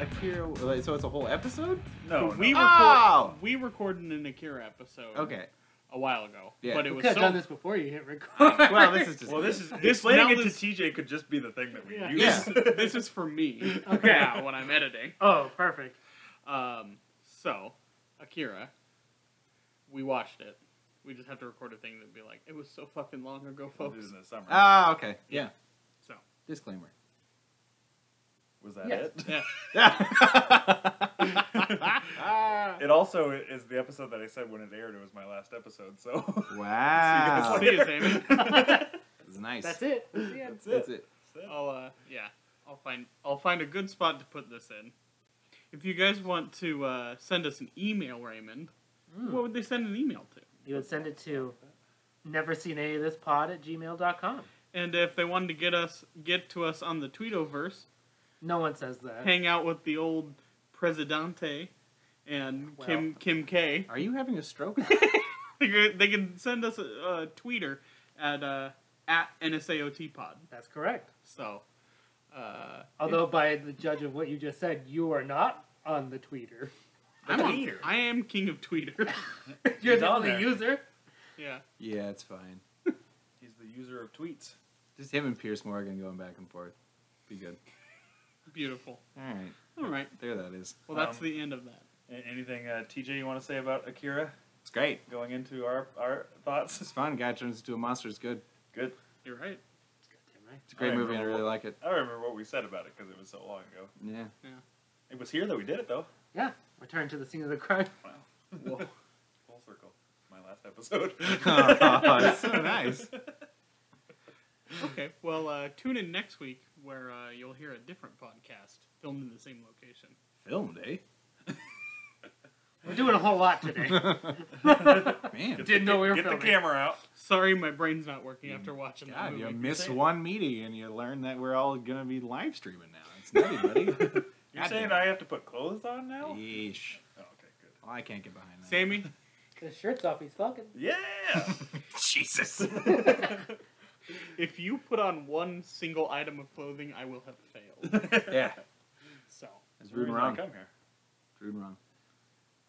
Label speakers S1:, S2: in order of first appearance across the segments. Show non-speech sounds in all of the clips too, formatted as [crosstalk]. S1: Akira. Like, so it's a whole episode.
S2: No,
S3: But we
S2: no.
S1: were-
S3: record,
S1: Oh!
S3: we recorded an Akira episode.
S1: Okay.
S3: A while ago.
S1: Yeah.
S3: But it
S1: We
S3: was
S4: could have
S3: so
S4: done this before you hit record.
S1: Well, this is just.
S2: Well, this is
S3: This-
S2: explaining
S3: now
S2: it
S3: this-
S2: to TJ could just be the thing that we
S4: Yeah.
S2: use. [laughs]
S3: this, [laughs] [laughs] this is for me
S4: [laughs] Okay.
S3: now when I'm editing.
S4: [laughs] oh, perfect.
S3: Um, so, Akira, we watched it. We just have to record a thing that'd be like, it was so fucking long ago,
S2: We'll do it
S3: [laughs] folks.
S2: in the summer.
S1: Ah, okay. Yeah.
S3: So,
S1: Disclaimer. [laughs]
S2: Was that
S4: yes.
S2: it?
S3: yeah.
S2: It also is the episode that I said when it aired. It was my last episode, so [laughs]
S1: wow.
S3: See you, Sammy.
S1: [laughs] It's nice.
S4: That's it. That's the end.
S2: That's
S1: That's it.
S3: I'll uh, yeah, I'll find I'll find a good spot to put this in. If you guys want to uh, send us an email, Raymond,
S4: Hmm.
S3: what would they send an email to?
S4: You would send it to never seen any of this pod at gmail.com.
S3: And if they wanted to get us get to us on the Tweetoverse,
S4: No one says that.
S3: hang out with the old Presidente and Kim Kim K,
S1: Are you having a stroke?
S3: they can- they can send us a, a tweeter at uh, at NSAOT Pod.
S4: That's correct.
S3: So, uh,
S4: Although, by the judge of what you just said, you are not on the tweeter. [laughs]
S3: I'm on-
S2: tweeter.
S3: I am king of Tweeter.
S4: You're
S2: He's
S4: the
S2: on
S4: only
S2: there.
S4: user.
S3: yeah.
S1: yeah, it's fine.
S2: He's the user of tweets.
S1: Just him and Pierce Morgan going back and forth. Be good.
S3: Beautiful.
S1: All right.
S3: All right.
S1: There that is.
S3: Well, that's
S2: Um,
S3: the end of that.
S2: A- Anything, uh, TJ, you want to say about Akira?
S1: It's great.
S2: Going into our our
S1: It's
S2: thoughts. [laughs]
S1: fun. Guy turns into a monster. It's good.
S2: Good.
S3: You're right.
S4: Goddamn right.
S1: It's a great
S2: All right,
S1: movie, and I
S2: cool.
S1: really like it.
S2: I don't remember what we said about it because it was so long ago.
S1: Yeah. [laughs]
S2: It was here that we did it though.
S4: Yeah, return to the scene of the crime.
S2: Wow.
S3: Whoa.
S2: Full circle. My last episode.
S1: oh, it's so nice.
S3: Okay. Well, uh, tune in next week where uh, you'll hear a different podcast filmed in the same location.
S1: Filmed, eh?
S4: We're doing a whole lot today. [laughs]
S1: Man.
S4: Didn't know we were
S2: Get the
S4: filming.
S2: camera out.
S3: Sorry, my brain's not working after watching that
S1: God, you
S3: movie.
S1: miss
S2: saying-
S1: one meeting and you learn that we're all gonna be live streaming now. It's nutty, [laughs] buddy.
S2: You're
S1: God
S2: saying
S1: damn
S2: I have to put clothes on now?
S1: Yeesh.
S2: Oh, okay, good.
S1: Well, I can't get behind that.
S3: Sammy,
S4: His shirt's off. He's fucking.
S3: [laughs]
S2: Yeah.
S1: Jesus.
S3: if you put on one single item of clothing, I will have
S2: [laughs]
S3: failed.
S1: [laughs] yeah.
S3: So,
S1: It's
S2: That's the reason
S1: rude and
S2: I
S1: wrong.
S2: come here.
S1: It's rude and wrong.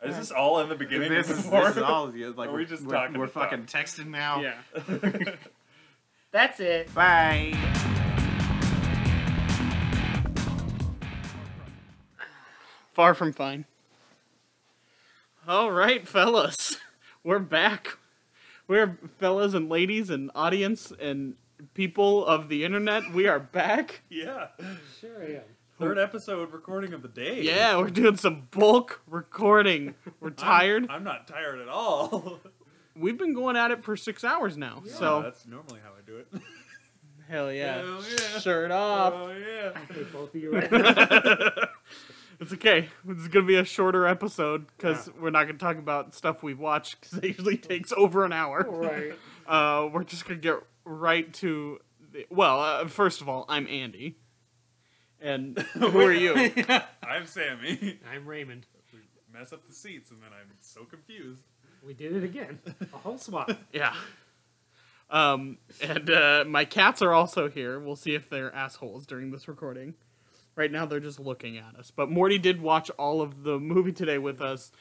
S2: Is this all in the beginning?
S1: This is,
S2: before?
S1: this is all yeah, like
S2: Are
S1: we're,
S2: we just
S1: we're,
S2: talking
S1: we're
S2: to talk?
S1: fucking texting now.
S3: yeah.
S4: That's it.
S1: Bye.
S3: Far from fine. All right, fellas. [laughs] We're back. We're fellas and ladies and audience and people of the internet. We are back.
S2: [laughs] yeah.
S4: Sure I am. [laughs]
S2: Third episode recording of the day.
S3: Yeah, we're doing some bulk recording.
S2: [laughs]
S3: We're
S2: I'm-
S3: tired.
S2: I'm, not tired at all.
S3: We've been going at it for six hours now.
S2: Yeah,
S3: [laughs] So
S2: that's normally how I do it.
S3: hell yeah,
S2: Hell yeah.
S3: shirt off.
S2: [laughs] oh yeah.
S4: I hate both of [laughs] you right now.
S3: It's okay. It's gonna be a shorter episode because we're not gonna talk about stuff we've watched [laughs] because it usually takes over an hour.
S4: right.
S3: Uh, we're just gonna get right to. The, well, uh, first of all, I'm Andy, and [laughs] who are you?
S2: I'm Sammy. [laughs]
S4: I'm Raymond.
S2: We mess up the seats, and then I'm so confused.
S4: We did it again. A whole swap.
S3: Yeah. Um, and uh, my cats are also here. We'll see if they're assholes during this recording. Right now, they're just looking at us. But Morty did watch all of the movie today with us.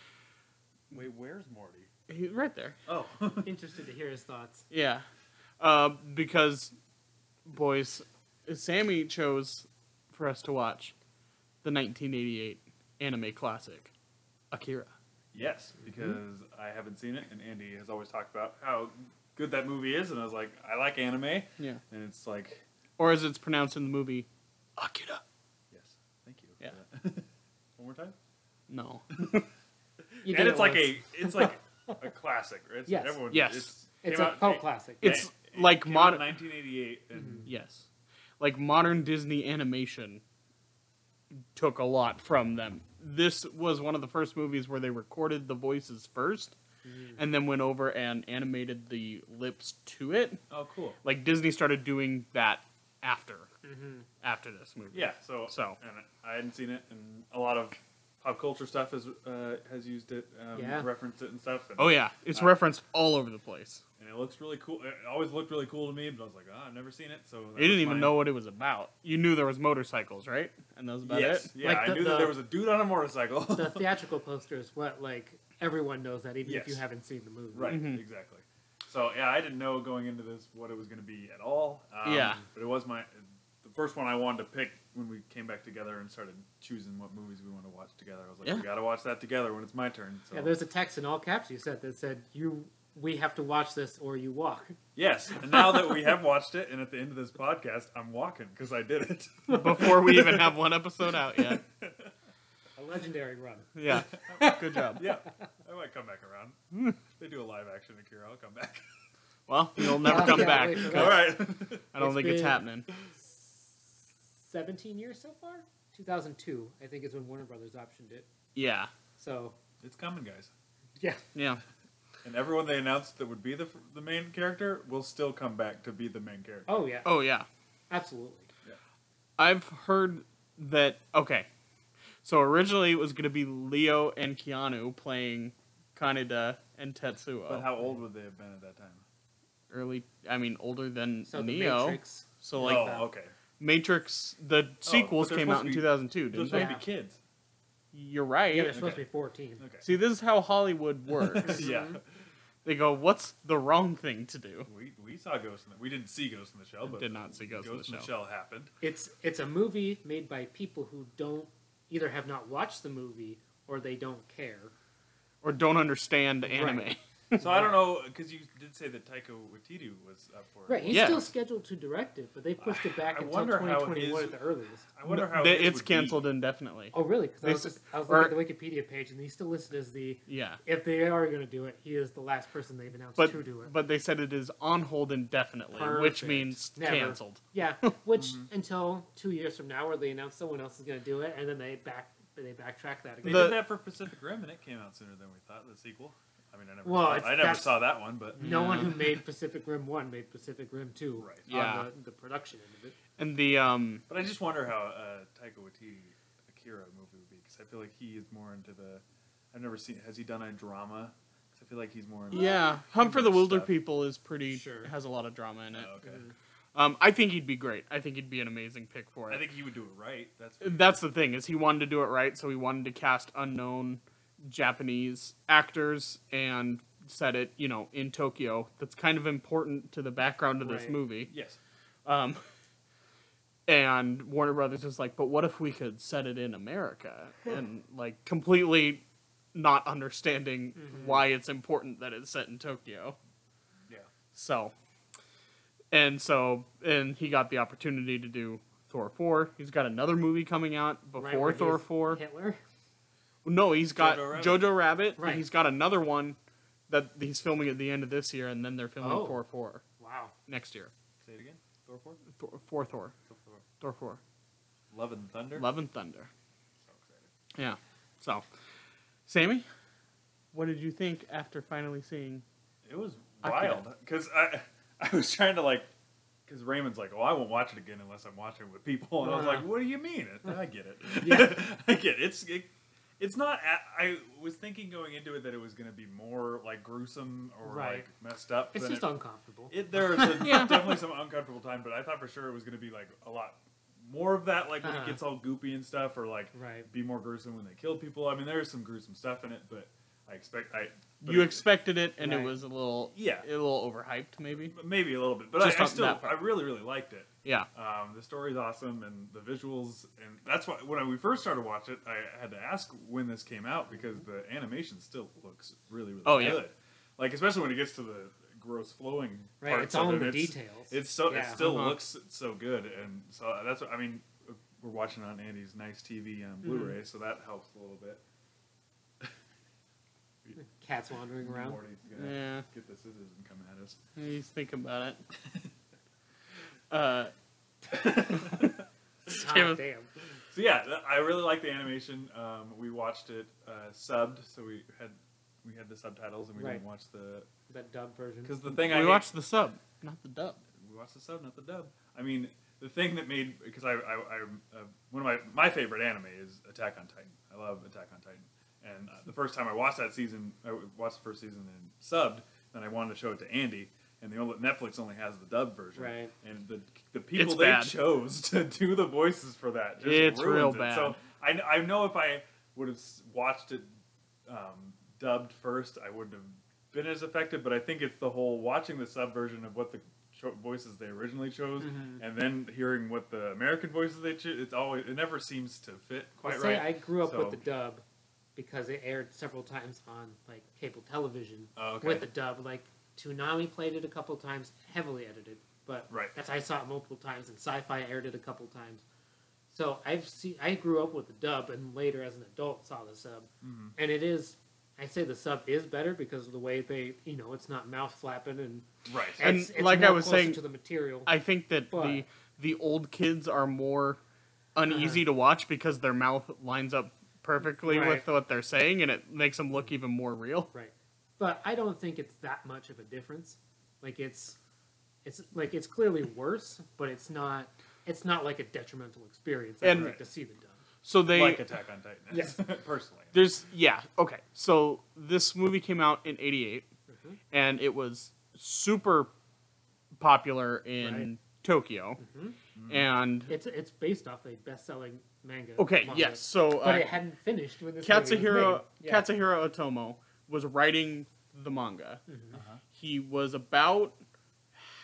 S2: Wait, where's Morty?
S3: He's right there.
S2: Oh,
S4: Interested to hear his thoughts.
S3: Yeah. Uh, because, boys, Sammy chose for us to watch the 1988 anime classic, Akira.
S2: yes,
S1: Mm-hmm.
S2: because I haven't seen it, and Andy has always talked about how good that movie is, and I was like, I like anime, and
S3: Yeah.
S2: it's like,
S3: Or as it's pronounced in the movie, Akira.
S2: yes, thank you.
S3: Yeah.
S2: for that. [laughs] One more time.
S3: No.
S4: You
S2: and
S4: did
S2: it's like
S4: once.
S2: a, it's
S4: [laughs]
S2: like a classic, right? It's
S4: Yes.
S2: Everyone,
S3: Yes.
S2: It's,
S4: It's
S2: came
S4: a
S2: out-
S4: cult
S2: it-
S4: classic. Mm-hmm.
S2: yeah,
S3: It's
S2: it
S3: like
S2: came out
S3: modern.
S2: in 1988, and
S3: Yes. Like modern Disney animation took a lot from them. This was one of the first movies where they recorded the voices first and then went over and animated the lips to it.
S2: oh, cool.
S3: Like Disney started doing that after after this movie.
S2: Mm-hmm. Yeah, so
S3: So.
S2: and I hadn't seen it, and a lot of pop culture stuff has uh, has used it, um,
S4: Yeah.
S2: referenced it and stuff. And
S3: Oh yeah, it's
S2: Uh,
S3: referenced all over the place.
S2: and it looks really cool. It always looked really cool to me, but I was like, ah, I've never seen it. So that
S3: You didn't
S2: was
S3: even
S2: my-
S3: know what it was about. You knew there was motorcycles, right? And that was about
S2: yes,
S3: it.
S2: yeah,
S4: Like
S2: I
S4: the-
S2: knew that
S4: the-
S2: there was a dude on a
S4: [laughs]
S2: motorcycle.
S4: the theatrical poster is what like everyone knows that even if you
S2: Yes.
S4: haven't seen the movie.
S2: Right,
S3: Mhm.
S2: exactly. So yeah, I didn't know going into this what it was going to be at all. Um,
S3: Yeah.
S2: but it was my the first one I wanted to pick when we came back together and started choosing what movies we want to watch together. I was like,
S3: Yeah.
S2: we got to watch that together when it's my turn. So
S4: Yeah, there's a text in all caps you said that said you we have to watch this or you walk.
S2: yes, and now that we have watched it, and at the end of this podcast, I'm walking because I did it. [laughs]
S3: [laughs] Before we even have one episode out yet.
S4: A legendary run.
S3: Yeah. Good job.
S2: yeah, I might come back around.
S3: [laughs]
S2: they do a live action Akira. I'll come back.
S3: Well, you'll never
S4: I
S3: come
S4: can't
S3: back.
S4: wait for
S2: all
S4: that.
S2: right.
S3: I don't
S4: It's
S3: think it's
S4: been-
S3: happening.
S4: Seventeen years so far? Two thousand two, I think is when Warner Brothers optioned it.
S3: Yeah.
S4: So
S2: it's coming, guys.
S4: yeah.
S3: Yeah.
S2: And everyone they announced that would be the, the main character will still come back to be the main character.
S4: Oh yeah.
S3: Oh, yeah.
S4: Absolutely.
S3: I've heard that. Okay. So originally it was going to be Leo and Keanu playing Kaneda and Tetsuo.
S2: But how old would they have been at that time?
S3: Early, I mean, older than
S4: So the
S3: Neo.
S4: Matrix.
S3: So, like,
S2: oh,
S4: that.
S2: okay.
S3: Matrix, the sequels
S2: Oh, they're
S3: came out
S2: supposed
S3: in
S2: to be-
S3: 2002,
S2: Those
S3: didn't
S2: supposed
S3: they?
S2: to be kids.
S3: You're right.
S4: Yeah, they're supposed to be fourteen.
S2: Okay.
S3: [laughs] See, this is
S2: [laughs]
S3: how Hollywood works.
S2: yeah,
S3: they go, "What's the wrong thing to do?"
S2: we, we saw Ghost in the. We didn't see Ghost in the Shell, but
S3: Did not see Ghost in the Shell.
S2: happened.
S3: [laughs]
S4: It's it's a movie made by people who don't either have not watched the movie or they don't care.
S3: Or don't understand anime.
S4: Right.
S2: So I don't know because you did say that Taika Waititi was up for it.
S4: Right, he's
S3: Yeah.
S4: still scheduled to direct it, but they pushed it back
S2: I
S4: until
S2: wonder how
S4: 2021
S2: his-
S4: at the earliest.
S2: I wonder how
S3: [laughs] They-
S2: his
S3: it's
S2: would be.
S3: canceled indefinitely.
S4: Oh, really? Because I
S3: They
S4: was
S3: s-
S4: just I was
S3: or-
S4: looking at the Wikipedia page, and he's still listed as the
S3: Yeah,
S4: if they are going to do it, he is the last person they've announced
S3: but
S4: to do it.
S3: but they said it is on hold indefinitely, which
S4: Perfect.
S3: means
S4: Never.
S3: canceled.
S4: yeah, which until two years from now, where they announce someone else is going to do it, and then they back they backtrack that
S2: They
S4: again.
S3: The-
S2: did that for Pacific Rim, and it came out sooner than we thought. The sequel. I mean, I never.
S4: Well,
S2: saw,
S4: it's-
S2: I never
S4: that's- Mm-hmm.
S2: saw that one, but
S4: no one
S3: Yeah.
S4: who made Pacific Rim One made Pacific Rim Two
S2: Right.
S3: Yeah.
S4: on the, the production end of it.
S3: And the um,
S2: but I just wonder how uh, Taika Waititi Akira movie would be because I feel like he is more into the. I've never seen. Has he done a drama? 'Cause I feel like he's more. Into
S3: yeah, Hunt for the
S2: Stuff.
S3: Wilder People is pretty
S4: Sure.
S3: has a lot of drama in it.
S2: Oh, okay.
S3: Um, I think he'd be great. I think he'd be an amazing pick for it.
S2: I think he would do it right. That's what
S3: that's the thing is he wanted to do it right so he wanted to cast unknown japanese actors and set it you know in tokyo that's kind of important to the background of this
S4: Right.
S3: movie
S2: Yes.
S3: um, and warner brothers is like but what if we could set it in america
S4: [laughs]
S3: and like completely not understanding
S4: Mm-hmm.
S3: why it's important that it's set in tokyo
S2: Yeah.
S3: so, and so, and he got the opportunity to do Thor four. He's got another movie coming out
S4: Right,
S3: before
S4: where
S3: Thor
S4: he's
S3: four.
S4: Hitler.
S3: No, he's got
S2: Jojo Rabbit.
S3: Jojo Rabbit. and
S4: Right.
S3: He's got another one that he's filming at the end of this year, and then they're filming
S4: Oh.
S3: Thor four
S4: Wow.
S3: next year.
S2: Say it again. Thor four.
S3: Thor, for Thor,
S2: Thor four.
S3: Thor four,
S2: Love and Thunder.
S3: Love and Thunder.
S2: So excited.
S3: Yeah. So, Sammy, what did you think after finally seeing?
S2: It was
S3: Akira.
S2: wild because I [laughs] I was trying to like because Raymond's like, oh, I won't watch it again unless I'm watching it with people, and I was
S4: Uh-huh.
S2: like, what do you mean? I get [laughs] it.
S4: Yeah.
S2: I get it. It's it, it's not. a- I was thinking going into it that it was going to be more like gruesome or
S4: Right.
S2: like messed up.
S4: It's
S2: than
S4: just
S2: it,
S4: uncomfortable.
S2: It, there was
S4: [laughs]
S2: a,
S3: Yeah.
S2: definitely some uncomfortable time, but I thought for sure it was going to be like a lot more of that, like when
S4: Uh-huh.
S2: it gets all goopy and stuff, or like
S4: Right.
S2: be more gruesome when they kill people. I mean, there is some gruesome stuff in it, but I expect I but
S3: You
S2: it-
S3: expected it, and it
S4: Right.
S3: was a little
S2: Yeah.
S3: a little overhyped, maybe.
S2: maybe a little bit, but
S3: Just
S2: I, I
S3: on
S2: still
S3: that part.
S2: I really really liked it.
S3: Yeah.
S2: Um, the story's awesome and the visuals, and that's why when I, we first started watching it, I had to ask when this came out because
S4: Mm-hmm.
S2: the animation still looks really really
S3: Oh, yeah.
S2: good. Like especially when it gets to the gross flowing
S4: Right,
S2: parts
S4: it's all
S2: of
S4: in the
S2: it, it's-
S4: details.
S2: It's so it
S4: Yeah.
S2: still
S3: Uh-huh.
S2: looks so good, and so uh, that's what I mean. We're watching on Andy's nice TV
S3: Mm-hmm.
S2: on Blu-ray, so that helps a little bit.
S4: Cats wandering around.
S2: Morty's gonna
S3: Yeah.
S2: get the scissors and come at us.
S3: He's thinking about it.
S2: [laughs]
S3: Uh,
S4: God damn.
S2: So yeah, th- I really like the animation. Um, we watched it uh, subbed, so we had we had the subtitles, and we
S4: Right.
S2: didn't watch the
S4: That dub version.
S2: because the thing I
S3: we
S2: hate-
S3: watched the sub, not the dub.
S2: we watched the sub, not the dub. I mean, the thing that made because I, I, I uh, one of my my favorite anime is Attack on Titan. I love Attack on Titan, and uh, the first time I watched that season, I watched the first season and subbed, Then I wanted to show it to Andy, and the only, Netflix only has the dub version.
S4: Right.
S2: And the the people
S3: It's
S2: they
S3: bad.
S2: chose [laughs] to do the voices for that just
S3: It's
S2: ruins
S3: real
S2: it.
S3: bad.
S2: So I kn- I know if I would have s- watched it um, dubbed first, I wouldn't have been as affected. But I think it's the whole watching the sub version of what the cho- voices they originally chose,
S4: Mhm.
S2: and then hearing what the American voices they choose. It's always it never seems to fit
S4: I'll
S2: quite
S4: say
S2: right.
S4: I grew up
S2: So-
S4: with the dub because it aired several times on like cable television
S2: Oh, okay.
S4: with the dub. Like Toonami played it a couple times, heavily edited, but
S2: Right.
S4: that's I saw it multiple times, and Sci-Fi aired it a couple times. So I've seen I grew up with the dub, and later as an adult saw the sub,
S3: Mm-hmm.
S2: Mhm.
S4: and it is. I say the sub is better because of the way they, you know, it's not mouth flapping and
S2: right.
S3: And
S4: it's, it's
S3: like I
S4: more
S3: was
S4: closer
S3: saying,
S4: to the material.
S3: I think that
S4: But-
S3: the the old kids are more uneasy to watch because their mouth lines up perfectly with
S4: Uh-huh. Right.
S3: what they're saying, and it makes them look even more real.
S4: Right. But I don't think it's that much of a difference. Like it's it's like it's clearly worse, but it's not it's not like a detrimental experience I
S3: And-
S4: would like to see the dub.
S3: So they
S2: like Attack on Titan.
S4: Yes.
S2: [laughs] personally.
S3: there's yeah okay. So this movie came out in '88,
S4: Mhm.
S3: and it was super popular in
S4: Right.
S3: Tokyo,
S4: Mhm.
S3: and
S4: It's it's based off a best selling manga.
S3: okay
S4: manga,
S3: yes. So
S4: But
S3: uh,
S4: it hadn't finished when this movie was
S3: Katsuhiro
S4: made. Yeah.
S3: Katsuhiro Otomo was writing the manga.
S4: Mhm.
S3: He was about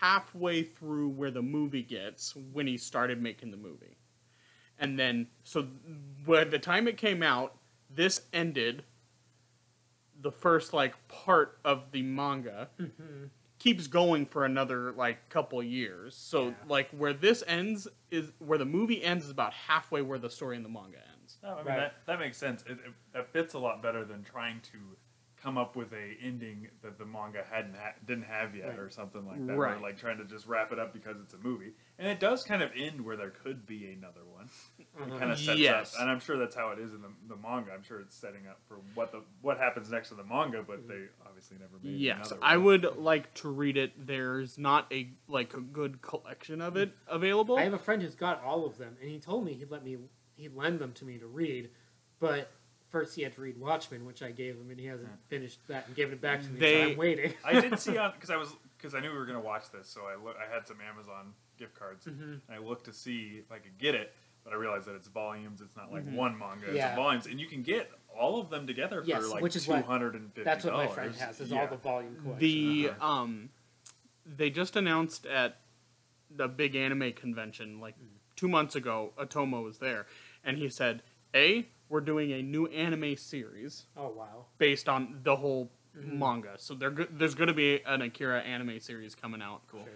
S3: halfway through where the movie gets when he started making the movie. And then so by the time it came out, this ended the first like part of the manga
S4: Mhm.
S3: keeps going for another like couple years. So
S4: Yeah.
S3: like where this ends is where the movie ends is about halfway where the story in the manga ends.
S2: No, I mean,
S4: Right.
S2: that, that makes sense. It, it, that fits a lot better than trying to come up with a ending that the manga hadn't ha- didn't have yet
S4: Right.
S2: or something like that.
S3: Right.
S2: Or like trying to just wrap it up because it's a movie. And it does kind of end where there could be another one.
S4: Uh-huh.
S2: It kind of sets
S3: Yes.
S2: up, and I'm sure that's how it is in the, the manga. I'm sure it's setting up for what the what happens next in the manga, but they obviously never made
S3: Yes,
S2: another.
S3: I
S2: one.
S3: would like to read it. There's not a like a good collection of it available.
S4: I have a friend who's got all of them, and he told me he'd let me he'd lend them to me to read, but first he had to read Watchmen, which I gave him, and he hasn't finished that and given it back to me. so
S3: Hmm. They-
S4: I'm waiting.
S2: I did see on because I was because I knew we were gonna watch this, so I look, I had some Amazon gift cards
S3: Mm-hmm.
S2: and I looked to see if I could get it, but I realized that it's volumes. It's not like
S3: Mm-hmm.
S2: one manga.
S4: Yeah.
S2: It's volumes, and you can get all of them together
S4: Yes,
S2: for like
S4: which is
S2: two
S4: what-
S2: hundred and fifty.
S4: That's what my friend has is all the volume collection.
S3: the
S2: Uh-huh.
S3: um, they just announced at the big anime convention like
S4: Hmm.
S3: two months ago. Atomo was there, and he said, "A, we're doing a new anime series
S4: oh wow.
S3: based on the whole
S4: Hmm.
S3: manga. So there, go- there's going to be an Akira anime series coming out. Cool.
S4: Sure.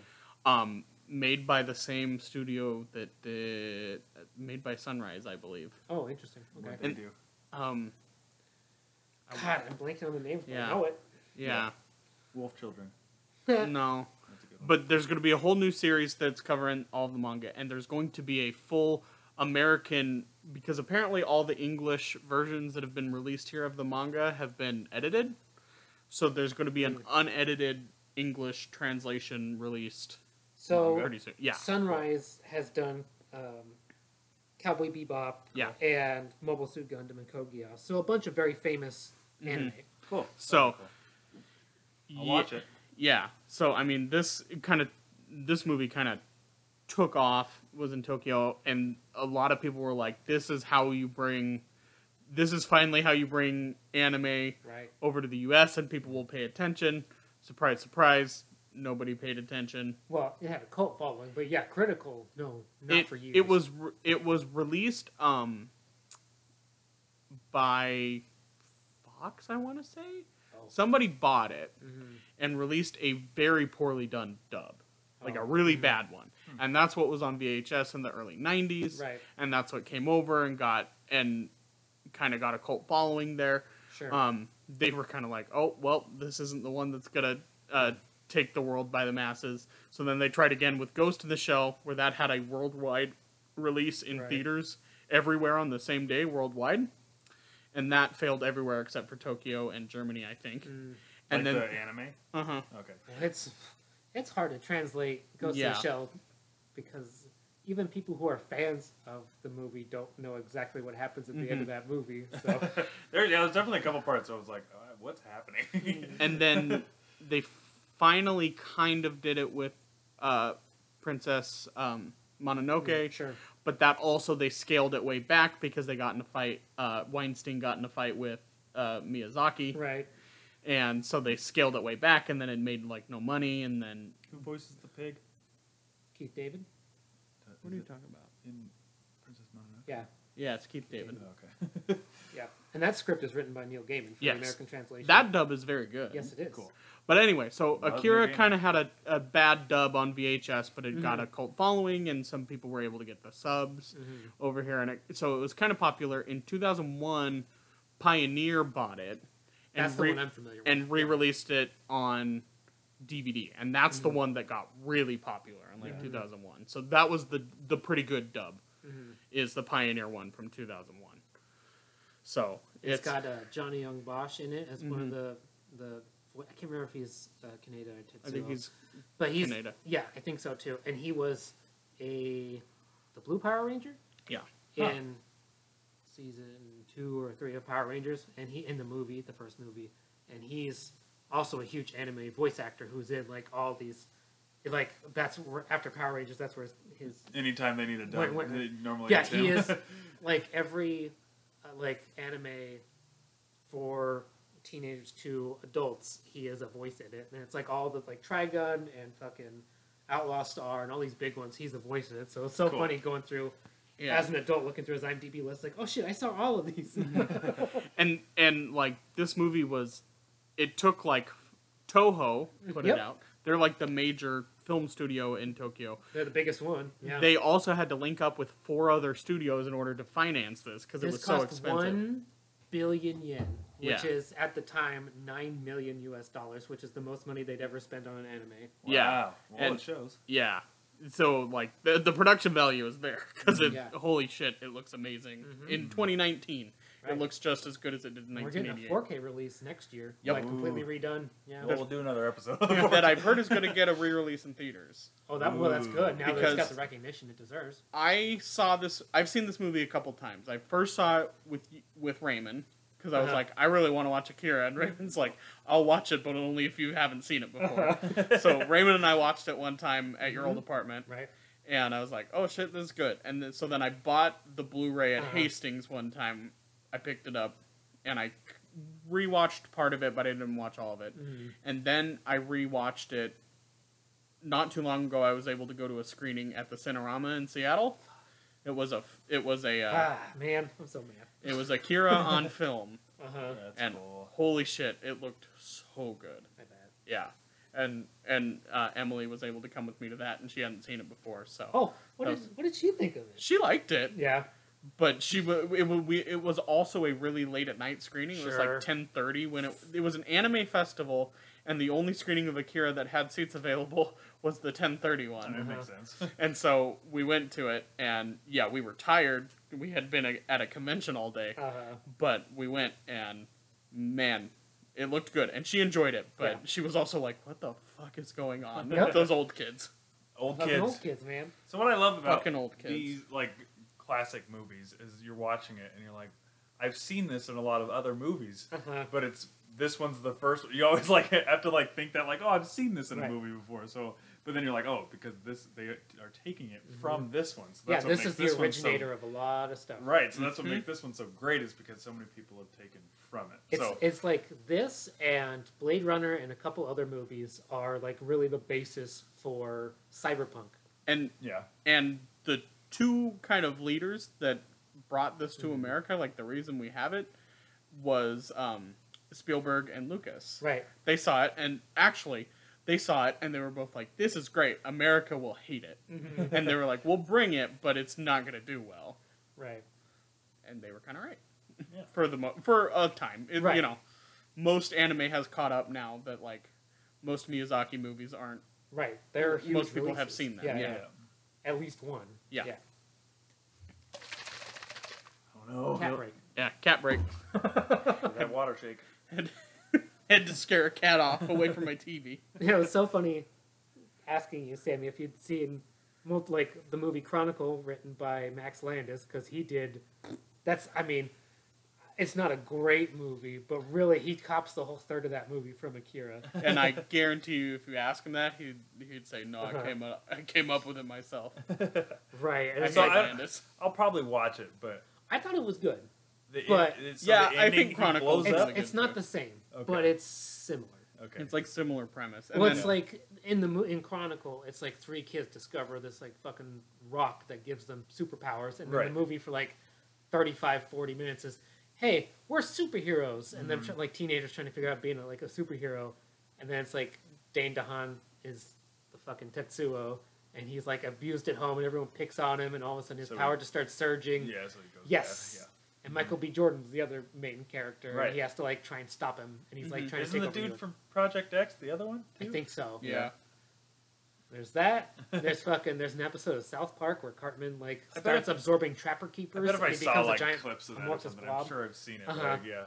S3: Um, made by the same studio that did made by Sunrise, I believe.
S4: Oh, interesting. Okay.
S2: What they
S3: And-
S2: do.
S3: Um,
S4: God, I'm blanking on the names, but
S3: Yeah.
S4: I know it.
S3: yeah.
S2: Wolf Children. [laughs]
S3: no.
S2: That's a good one.
S3: But there's going to be a whole new series that's covering all of the manga, and there's going to be a full American because apparently all the English versions that have been released here of the manga have been edited. So there's going to be an unedited English translation released
S4: so
S3: pretty soon. Yeah,
S4: Sunrise has done um, Cowboy Bebop
S3: Yeah.
S4: and Mobile Suit Gundam and Code Geass. So a bunch of very famous
S3: Mm-hmm.
S4: anime.
S2: cool.
S3: So-
S2: I'll watch
S3: Ye-
S2: it.
S3: Yeah. So I mean, this kind of this movie kind of took off. Was in Tokyo, and a lot of people were like, "This is how you bring. This is finally how you bring anime
S4: Right.
S3: over to the U.S. and people will pay attention." Surprise, surprise! Nobody paid attention.
S4: Well, it had a cult following, but yeah, critical. No, not
S3: it,
S4: for years.
S3: It was re- it was released um by Fox, I want to say.
S4: Oh.
S3: Somebody bought it.
S4: Mhm.
S3: and released a very poorly done dub, like a
S4: Oh.
S3: really bad one. And that's what was on VHS in the early 90s.
S4: Right.
S3: And that's what came over and got and kind of got a cult following there.
S4: Sure.
S3: Um, they were kind of like, oh, well, this isn't the one that's going to uh, take the world by the masses. So then they tried again with Ghost in the Shell, where that had a worldwide release in
S4: Right.
S3: theaters everywhere on the same day worldwide. And that failed everywhere except for Tokyo and Germany, I think.
S4: Mm.
S3: And
S2: And like
S3: then,
S2: the anime.
S3: uh huh.
S2: Okay.
S4: Well, it's it's hard to translate Ghost in
S3: Yeah.
S4: the Shell because even people who are fans of the movie don't know exactly what happens at the end of
S3: Mm-hmm.
S4: that movie. So
S3: [laughs]
S4: Mm-hmm. [laughs]
S2: there, yeah, there's definitely a couple parts where I was like, uh, "What's happening?"
S3: and then they finally kind of did it with uh, Princess um, Mononoke,
S4: Sure.
S3: but that also they scaled it way back because they got in a fight. Uh, Weinstein got in a fight with uh, Miyazaki,
S4: Right.
S3: and so they scaled it way back, and then it made like no money, and then
S2: [laughs] Who voices the pig?
S4: Keith David.
S2: Uh,
S3: what
S2: is
S3: are you
S2: it
S3: talking about?
S2: In Princess Mononoke.
S4: Yeah.
S3: Yeah, it's Keith David.
S2: Okay. [laughs]
S4: Yeah. And that script is written by Neil Gaiman for
S3: Yes.
S4: the American translation.
S3: That dub is very good.
S4: Yes, it is.
S2: Cool.
S3: But anyway, so
S2: Love
S3: Akira
S2: Nirvana.
S3: kind of had a, a bad dub on VHS, but it got
S4: Mhm.
S3: a cult following, and some people were able to get the subs
S4: Mhm.
S3: over here, and it, so it was kind of popular. In 2001, Pioneer bought it and
S4: That's the
S3: re-
S4: one I'm familiar with.
S3: and re-released it on DVD, and that's the
S4: Mhm.
S3: one that got really popular in like
S2: Yeah.
S3: 2001. So that was the the pretty good dub
S4: Mhm.
S3: is the Pioneer one from 2001. So
S4: it's got uh, Johnny Young Bosch in it as one of
S3: Mhm.
S4: the the. I can't remember if he's uh, Kaneda or Tetsuo.
S3: I think he's
S4: But he's
S3: Kaneda.
S4: yeah, I think so too. And he was a the Blue Power Ranger
S3: yeah
S4: in
S2: Huh.
S4: season two or three of Power Rangers, and he in the movie, the first movie, and he's also a huge anime voice actor who's in like all these, like that's where, after Power Rangers, that's where his
S2: Anytime they need a dog,
S4: Wait, wait,
S2: they normally
S4: yeah
S2: it's
S4: he
S2: him. [laughs]
S3: [laughs]
S4: is like every uh, like anime for teenagers to adults he is a voice in it and it's like all the like trigun and fucking outlaw star and all these big ones he's the voice in it so it's so
S2: Cool.
S4: funny going through
S3: yeah.
S4: as an adult looking through his imdb list like oh shit i saw all of these
S3: and and like this movie was it took like toho put
S4: Yep.
S3: it out they're like the major film studio in tokyo
S4: [laughs] they're the biggest one yeah
S3: they also had to link up with four other studios in order to finance this because it
S4: this
S3: was so
S4: cost
S3: expensive
S4: one billion yen which
S3: Yeah.
S4: is at the time nine million us dollars which is the most money they'd ever spend on an anime
S3: yeah.
S2: Wow. Well,
S3: And-
S2: it shows.
S3: yeah so like the, the production value is there [laughs] because it
S4: Yeah.
S3: holy shit it looks amazing
S4: Mhm.
S3: in 2019
S4: Right.
S3: it looks just as good as it did in
S4: We're getting a
S3: 1988
S4: 4K release next year,
S3: Yep.
S4: like completely
S2: Ooh.
S4: redone. Yeah.
S2: Well, we'll do another episode.
S3: [laughs] that i've heard is going
S4: [laughs]
S3: to get a re-release in theaters
S4: oh, that well, that's good. Now that it's got
S3: Because-
S4: the recognition it deserves.
S3: I saw this. I've seen this movie a couple times. I first saw it with with Raymond because I was
S4: Uh-huh.
S3: like, I really want to watch Akira, and Raymond's like, I'll watch it, but only if you haven't seen it before.
S4: [laughs]
S3: so Raymond and I watched it one time at your old apartment,
S4: Mm-hmm. Right.
S3: and I was like, oh shit, this is good. And then, so then I bought the Blu-ray at
S4: Uh-huh.
S3: Hastings one time. I picked it up, and I rewatched part of it, but I didn't watch all of it.
S4: Mm.
S3: And then I rewatched it not too long ago. I was able to go to a screening at the Cinerama in Seattle. It was a it was a uh,
S4: Ah, man, I'm so mad.
S3: it was Akira on film,
S4: Uh huh.
S2: That's
S3: [laughs] and
S2: cool.
S3: holy shit, it looked so good.
S4: I bet.
S3: Yeah, and and uh, Emily was able to come with me to that, and she hadn't seen it before, so
S4: Oh, what
S3: That
S4: did what did she think of it?
S3: she liked it.
S4: Yeah.
S3: But she wa- it, wa- we it was also a really late at night screening. It was
S4: Sure.
S3: like ten thirty when it it was an anime festival, and the only screening of Akira that had seats available was the ten thirty one.
S2: That
S4: Uh-huh.
S2: makes sense.
S3: [laughs] And so we went to it, and yeah, we were tired. We had been a, at a convention all day,
S4: Uh huh.
S3: but we went, and man, it looked good. And she enjoyed it, but
S4: Yeah.
S3: she was also like, "What the fuck is going on
S4: Yep.
S3: with those old kids?
S2: Old
S4: Fucking
S2: kids.
S4: old kids, man.
S2: So what I love about
S3: Fucking old kids."
S2: these like classic movies is you're watching it and you're like, I've seen this in a lot of other movies,
S4: Uh-huh.
S2: but it's this one's the first. You always [laughs] like have to like think that like, oh, I've seen this in a
S4: Right.
S2: movie before. So, but then you're like, oh, because this they are taking it from this one. So
S4: Mm-hmm. Yeah,
S2: that's what
S4: this
S2: makes
S4: is the
S2: this one so-
S4: originator of a lot of stuff.
S2: Right, so that's
S3: Mhm.
S2: what makes this one so great is because so many people have taken from it.
S4: It's
S2: so
S4: it's like this and Blade Runner and a couple other movies are like really the basis for cyberpunk.
S3: And
S2: yeah,
S3: and the two kind of leaders that brought this to America, like the reason we have it, was um, Spielberg and Lucas.
S4: Right.
S3: They saw it, and actually, they saw it, and they were both like, "This is great. America will hate it."
S4: Mm-hmm. [laughs]
S3: and they were like, "We'll bring it, but it's not going to do well."
S4: Right.
S3: And they were kind of right
S2: Yeah.
S3: [laughs] for the mo- for a time. It-
S4: Right.
S3: You know, most anime has caught up now that like most Miyazaki movies aren't.
S4: Right. They're huge
S3: Most people have
S4: releases.
S3: seen them,
S2: yeah.
S3: yeah.
S4: At least one.
S3: Yeah.
S2: Oh no,
S4: Cat break.
S3: Yeah, cat break.
S2: [laughs] that water shake.
S3: [laughs] Had to scare a cat off away from my TV.
S4: Yeah, it was so funny asking you, Sammy, if you'd seen mult- like the movie Chronicle written by Max Landis because he did. That's I mean, it's not a great movie, but really he cops the whole third of that movie from Akira.
S3: and I guarantee you, if you ask him that, he'd he'd say, "No, I
S4: Uh-huh.
S3: came up, I came up with it myself."
S4: [laughs] Right. And
S3: I
S4: it's
S2: saw-
S3: can't
S4: like,
S2: I-
S3: land this.
S2: I'll probably watch it, but
S4: I thought it was good.
S2: the,
S4: But-
S2: it's
S3: Yeah,
S2: the
S3: I
S2: ending,
S3: think
S2: he
S3: Chronicles
S2: blows
S4: It's,
S3: is
S2: up.
S3: a good
S4: it's not
S3: too.
S4: the same,
S2: Okay.
S4: but it's similar.
S2: Okay,
S3: It's like similar premise. And
S4: Well,
S3: then,
S4: it's like in the mo- in Chronicle, it's like three kids discover this like fucking rock that gives them superpowers, and then
S2: Right.
S4: the movie for like 35, 40 minutes is, "Hey, we're superheroes," and
S2: Mm-hmm.
S4: them tr- like teenagers trying to figure out being like a superhero, and then it's like Dane DeHaan is the fucking Tetsuo, and he's like abused at home, and everyone picks on him, and all of a sudden his
S2: So
S4: power
S2: he-
S4: just starts surging.
S2: yeah, so it goes
S4: Yes.
S2: bad,
S4: And Michael B. Jordan's the other main character.
S2: Right. Mm-hmm.
S4: And he has to like try and stop him, and he's like
S3: Mhm.
S4: trying
S2: Yeah. Isn't
S4: to
S2: the
S4: take over.
S2: dude
S4: York.
S2: from Project X the other one?
S4: I
S2: too?
S4: think so.
S3: yeah.
S4: There's that. There's fucking. There's an episode of South Park where Cartman like
S2: I bet
S4: starts
S2: if-
S4: absorbing trapper
S2: I
S4: keepers
S2: bet if I
S4: and he
S2: saw
S4: becomes
S2: like
S4: a giant
S2: clips of that or
S4: amorphous
S2: something, I'm
S4: blob.
S2: sure I've seen it. but,
S4: Uh-huh.
S2: like, yeah,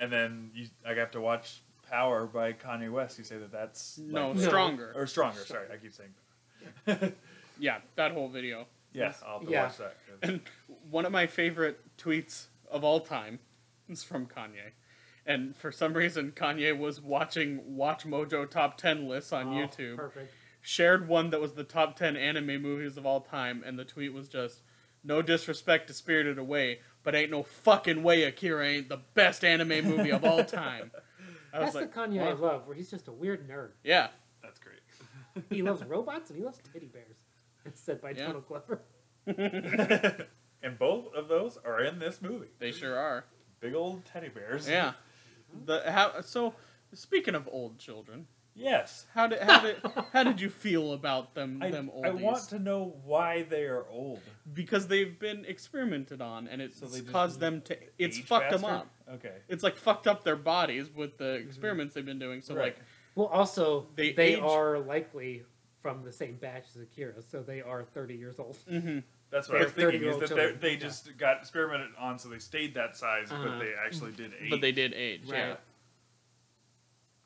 S2: and then you, I have to watch Power by Kanye West. You say that that's
S3: No,
S2: like-
S4: No.
S3: stronger.
S2: or stronger. Sorry, I keep saying.
S3: Yeah, that whole video.
S2: Yeah, I'll have to
S4: Yeah.
S2: watch that. 'cause-
S3: And one of my favorite tweets of all time is from Kanye. And for some reason, Kanye was watching Watch Mojo top 10 lists on
S4: Oh,
S3: YouTube,
S4: Perfect.
S3: shared one that was the top 10 anime movies of all time, and the tweet was just, no disrespect to Spirited Away, but ain't no fucking way Akira ain't the best anime movie of all time. I was
S4: That's
S3: like,
S4: the Kanye I
S3: "Wow."
S4: love, where he's just a weird nerd.
S3: Yeah,
S2: That's great. [laughs]
S4: He loves robots and he loves teddy bears. [laughs] It's said by
S3: Yeah.
S4: Donald Glover.
S2: and both of those are in this movie.
S3: they sure are.
S2: Big old teddy bears.
S3: Yeah. The, how, so, speaking of old children,
S2: Yes.
S3: How did how did how did you feel about them
S2: I,
S3: them oldies?
S2: I want to know why they are old.
S3: because they've been experimented on and it's
S2: So they just
S3: caused them to it's
S2: Age
S3: fucked them
S2: faster?
S3: up.
S2: Okay.
S3: It's like fucked up their bodies with the experiments they've been doing. So
S2: Right.
S3: like
S4: Well, also
S3: They
S4: they,
S3: age-
S4: are likely from the same batch as Akira, so they are 30 years old.
S3: mm-hmm.
S2: That's what I was
S4: They're
S2: thinking. Is
S4: 30-year-old
S2: that they-
S4: children.
S2: they
S4: Yeah.
S2: just got experimented on, so they stayed that size, but
S4: Uh-huh.
S2: they actually did age.
S3: but they did age. Yeah.
S4: Right.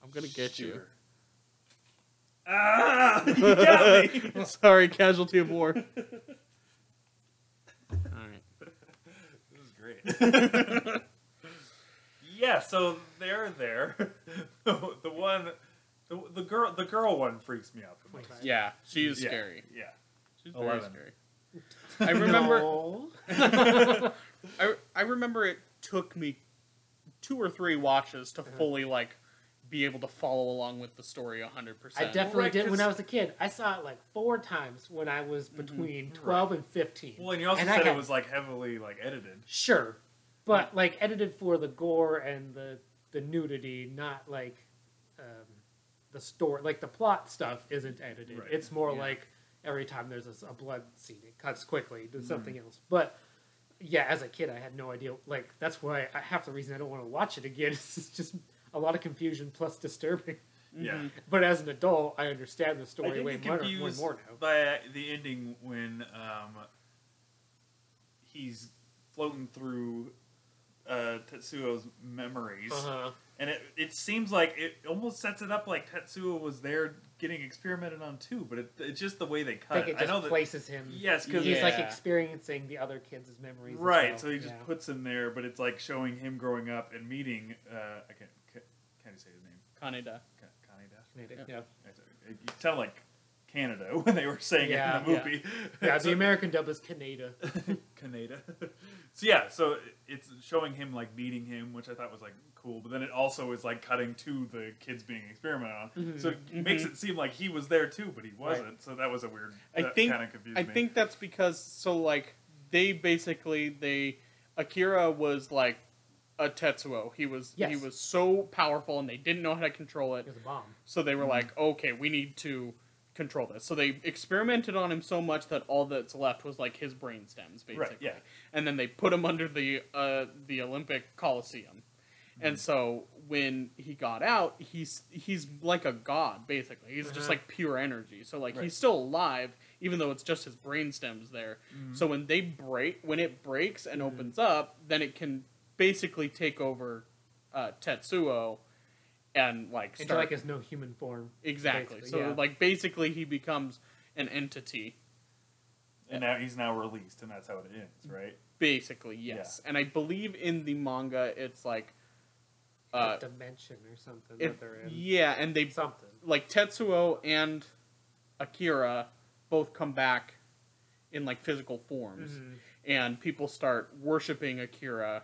S3: I'm gonna get you.
S2: Sure. Ah! [laughs]
S3: [laughs]
S2: You got me.
S3: Sorry, casualty of war. All right.
S2: This is great.
S3: [laughs]
S2: yeah, so they're there. [laughs] the one, the, the girl, the girl one freaks me out the most.
S4: Twenty-five.
S3: Yeah, she is
S2: Yeah,
S3: scary.
S2: Yeah.
S3: She's very
S2: 11.
S3: scary. I remember.
S4: No.
S2: [laughs]
S3: I I remember it took me two or three watches to fully like be able to follow along with the story hundred
S4: I
S3: percent.
S4: definitely
S2: Right,
S4: did when I
S2: 'cause-
S4: was a kid. I saw it like four times when I was between 12 and 15.
S2: Mm-hmm. Well, and you also
S4: I
S2: said it
S4: had-
S2: was like heavily like edited.
S4: Sure, but like edited for the gore and the the nudity, not like um, the story. Like the plot stuff isn't edited.
S2: Right.
S4: It's more
S3: Yeah.
S4: like every time there's a, s- a blood scene, it cuts quickly
S2: Mm-hmm.
S4: to something else. But yeah, as a kid, I had no idea. Like that's why I, half the reason I don't want to watch it again [laughs] is just a lot of confusion plus disturbing. [laughs]
S2: Yeah.
S4: But as an adult, I understand the
S2: I
S4: story
S2: did
S4: way
S2: get
S4: more, way
S2: confused
S4: more now.
S2: by the ending when um, he's floating through uh, Tetsuo's memories,
S4: Uh-huh.
S2: and it, it seems like it almost sets it up like Tetsuo was there getting experimented on too. But it, it's just the way they
S4: I
S2: cut
S4: think
S2: it.
S4: it
S2: I know
S4: just
S2: that
S4: places him.
S2: yes, because
S4: He's like
S3: Yeah.
S4: experiencing the other kids' memories. as
S2: right.
S4: well,
S2: So he just
S4: yeah.
S2: puts him there, but it's like showing him growing up and meeting. Uh, I can't can't, can't say his name.
S3: Kaneda.
S2: Ka- Kaneda.
S4: Canadian,
S3: Yeah.
S4: Yeah.
S2: It sounded like Canada [laughs] when they were saying
S4: Yeah.
S2: it in the movie. [laughs]
S4: Yeah,
S2: So-
S4: the American dub is Canada.
S2: Canada. [laughs] so yeah, so it's showing him like meeting him, which I thought was like cool. But then it also is like cutting to the kids being experimented on,
S4: Mm-hmm.
S2: so it makes it seem like he was there too, but he wasn't. So that was a weird.
S3: I
S2: that
S3: think
S2: kind of confused
S3: I
S2: me.
S3: think that's because so like they basically they Akira was like a Tetsuo. He was he
S4: Yes.
S3: was so powerful and they didn't know how to control it.
S4: It was a bomb.
S3: So they were
S2: Mm-hmm.
S3: like, okay, we need to control this. So they experimented on him so much that all that's left was like his brain stems, basically.
S2: yeah.
S3: And then they put him under the uh, the Olympic Coliseum.
S2: Mm-hmm.
S3: And so when he got out, he's he's like a god basically. He's just
S4: Uh-huh.
S3: like pure energy. So like
S2: Mm-hmm. Right.
S3: he's still alive even though it's just his brain stems there.
S2: Mm-hmm.
S3: So when they break when it breaks and opens up, then it can basically take over uh, Tetsuo and like
S4: Angelic
S3: start
S4: has no human form.
S3: Exactly.
S4: Basically,
S3: So
S4: yeah.
S3: like basically he becomes an entity
S2: and now he's now released, and that's how it
S4: Mm.
S2: ends, right?
S3: Basically, yes. And I believe in the manga, it's like, uh,
S4: a dimension or something
S3: it-
S4: that they're in.
S3: yeah, and they
S4: Something.
S3: like Tetsuo and Akira both come back in like physical forms,
S4: Mm-hmm.
S2: Mm-hmm.
S3: and people start worshiping Akira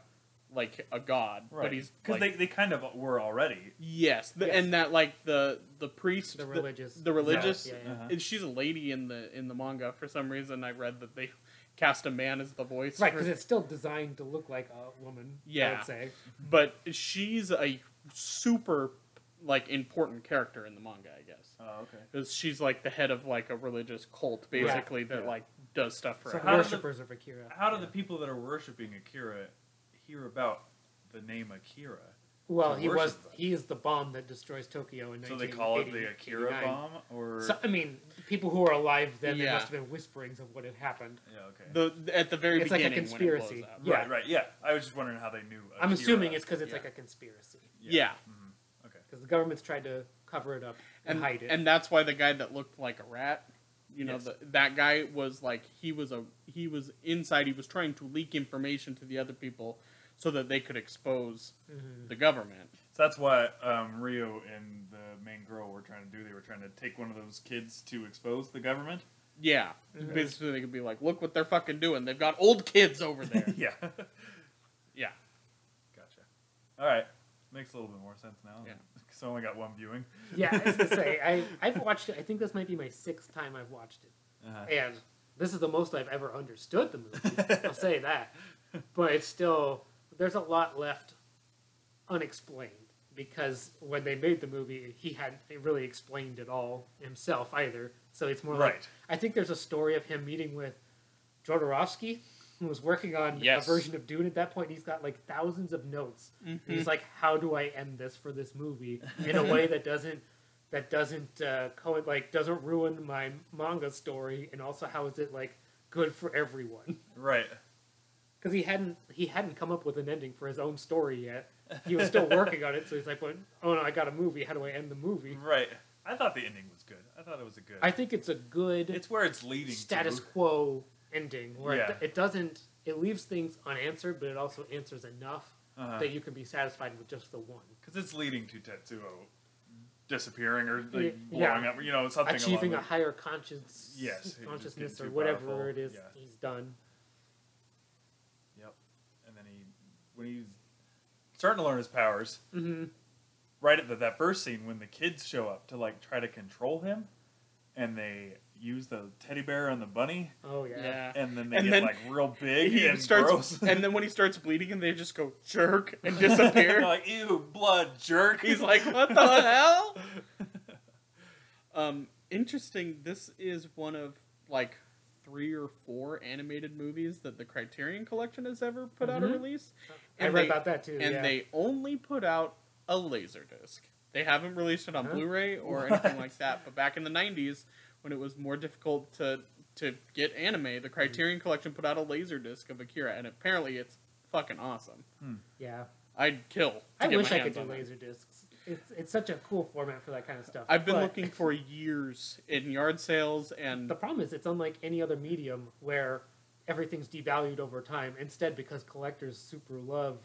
S3: like a god. But he's
S2: because
S3: like,
S2: they, they kind of were already.
S3: yes, the,
S4: Yes.
S3: and that like the the priest,
S4: The
S3: the-
S4: religious.
S3: the religious-
S4: Yeah, yeah.
S2: Uh-huh.
S3: and she's a lady in the in the manga. For some reason, I read that they cast a man as the voice,
S4: Right,
S3: for-
S4: because it's still designed to look like a woman. I
S3: Yeah.
S4: would say.
S3: but she's a super like important character in the manga, I guess.
S2: Oh, okay.
S3: 'Cause she's like the head of like a religious cult, basically that
S2: Yeah.
S3: like does stuff for
S2: So
S3: her.
S2: How do the-
S4: Worshippers of Akira.
S2: How do
S4: yeah.
S2: the people that are worshiping Akira hear about the name Akira?
S4: Well,
S2: to
S4: he was.
S2: worship them?
S4: He is the bomb that destroys Tokyo in
S2: So they call it the
S4: 1980,
S2: Akira
S4: 89.
S2: bomb, or
S4: So, I mean, people who are alive then there
S3: Yeah.
S4: must have been whisperings of what had happened.
S2: yeah, okay.
S3: the at the very
S4: It's like a
S3: beginning when
S4: conspiracy.
S3: it blows up.
S4: yeah.
S2: Right, right, yeah. I was just wondering how they knew.
S4: I'm assuming
S2: Akira.
S4: it's because it's
S3: Yeah.
S4: like a conspiracy
S3: Yeah.
S2: Mhm. Okay.
S4: because the government's tried to cover it up and,
S3: And
S4: hide it.
S3: and that's why the guy that looked like a rat, you know,
S2: Yes.
S3: the, that guy was like he was a he was inside. He was trying to leak information to the other people so that they could expose
S4: Mhm.
S3: the government.
S2: So that's why um, Rio and the main girl were trying to do. They were trying to take one of those kids to expose the government. [laughs]
S3: Yeah,
S2: Mm-hmm.
S4: Mhm.
S3: basically they could be like, look what they're fucking doing. They've got old kids
S2: [laughs]
S3: over there.
S2: yeah.
S3: yeah.
S2: Gotcha. All right. Makes a little bit more sense now. [laughs]
S3: Yeah.
S2: Because I only got one viewing.
S4: Yeah, I was gonna say I I've watched it. I think this might be my sixth time I've watched it,
S2: Uh-huh.
S4: and this is the most I've ever understood the movie. I'll say
S2: [laughs]
S4: that, but it's still there's a lot left unexplained because when they made the movie, he hadn't really explained it all himself either. So it's more like
S2: Right.
S4: I think there's a story of him meeting with Jodorowsky, who was working on
S3: Yes.
S4: a version of Dune at that point. and He's got like thousands of notes. And He's
S2: Mm-hmm.
S4: like, "How do I end this for this movie in a way that doesn't that doesn't uh, co- like doesn't ruin my manga story, and also how is it like good for everyone?"
S2: [laughs] Right.
S4: Because he hadn't he hadn't come up with an ending for his own story yet. He was still working on it, so he's like, "But oh no, I got a movie. How do I end the movie?"
S2: Right. I thought the ending was good. I thought it was a good.
S4: I think it's a good.
S2: it's where it's leading
S4: status
S2: to.
S4: quo ending where
S2: Yeah.
S4: it, it doesn't it leaves things unanswered but it also answers enough
S2: Uh-huh.
S4: that you can be satisfied with just the one
S2: Because it's leading to Tetsuo disappearing or like,
S4: Yeah.
S2: blowing up. You know, something
S4: achieving a
S2: along
S4: higher conscience
S2: Yes, it just
S4: consciousness
S2: gets
S4: or
S2: too
S4: whatever
S2: powerful.
S4: it is
S2: Yeah.
S4: he's done
S2: the, Yep. And then he, when he's starting to learn his powers,
S4: mm-hmm.
S2: right at the, that first scene when the kids show up to like try to control him, and they use the teddy bear and the bunny,
S4: oh yeah,
S3: Yeah.
S2: and then they
S3: And
S2: get
S3: then
S2: like
S3: [laughs]
S2: real big
S3: He
S2: and
S3: starts,
S2: gross.
S3: [laughs] and then when he starts bleeding, and they just go jerk and
S2: [laughs]
S3: disappear.
S2: They're like ew, blood jerk.
S3: He's like, what the hell? Um, interesting. This is one of like three or four animated movies that the Criterion Collection has ever put out a
S2: Mm-hmm.
S4: Mhm.
S3: release,
S4: i
S3: And
S4: read
S3: they-
S4: about that too
S3: and
S4: yeah.
S3: they only put out a Laserdisc. They haven't released it on
S4: Huh?
S3: Blu-ray or anything like that. But back in the '90s, when it was more difficult to to get
S4: Hmm.
S3: anime, the Criterion Collection put out a Laserdisc of Akira, and apparently it's fucking awesome.
S4: yeah
S3: I'd kill. To
S4: i
S3: get
S4: wish
S3: my
S4: i could
S3: hands
S4: do
S3: on that.
S4: laser discs it's, it's such a cool format for that kind of stuff
S3: I've been
S4: but
S3: looking for years in yard sales and
S4: the problem is it's unlike any other medium where everything's devalued over time. Instead, because collectors super love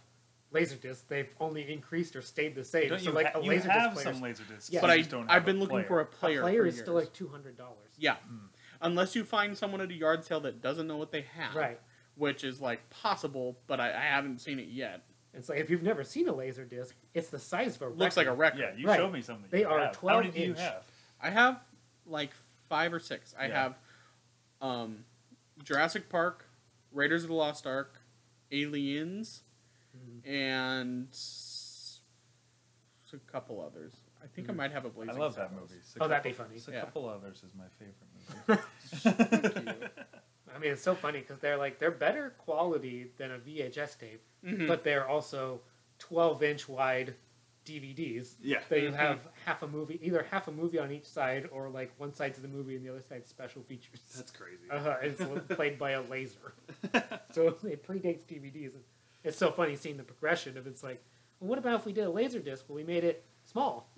S4: laserdiscs, they've only increased or stayed the
S2: [laughs]
S4: same.
S2: Don't
S4: so
S2: you,
S4: like
S2: ha-
S4: a
S2: you
S4: laserdisc
S2: have
S4: player,
S2: some laser discs,
S4: Yeah.
S3: but
S2: you
S3: I
S2: just don't have
S3: I've been
S2: a
S3: looking
S2: player.
S3: for a player.
S4: a player
S3: for
S4: is still
S3: years.
S4: like two hundred dollars.
S3: yeah,
S2: Mm.
S3: unless you find someone at a yard sale that doesn't know what they have,
S4: Right.
S3: Which is like possible, but I, I haven't seen it yet.
S4: It's like if you've never seen a laser disc, it's the size of a
S3: Looks like a
S4: record.
S3: record.
S2: Yeah, you
S4: Right.
S2: showed me something.
S4: They
S2: you
S4: are
S2: have. How many
S4: 12
S2: do you
S4: inch.
S2: have?
S3: I have like five or six. I
S2: Yeah.
S3: have um, Jurassic Park, Raiders of the Lost Ark, Aliens,
S4: Mhm.
S3: and s- a couple others. I think I
S4: Mm.
S3: might have a Blazing.
S2: I love that
S3: Saddles.
S2: movie. It's a
S4: Oh, that'd be
S2: couple-
S4: funny.
S2: it's a
S3: Yeah.
S2: couple others is my favorite movie.
S3: Thank you.
S4: Mm-hmm. I mean, it's so funny because they're like they're better quality than a VHS tape,
S3: Mhm.
S4: but they're also twelve inch wide DVDs.
S2: yeah.
S4: that you
S3: Mhm.
S4: have half a movie, either half a movie on each side, or like one side's the movie and the other side's special features. [laughs]
S2: That's crazy.
S4: uh-huh, and
S2: [laughs]
S4: it's played by a laser, so it predates DVDs. And it's so funny seeing the progression of it's like, well, what about if we did a laser disc? Well, we made it small.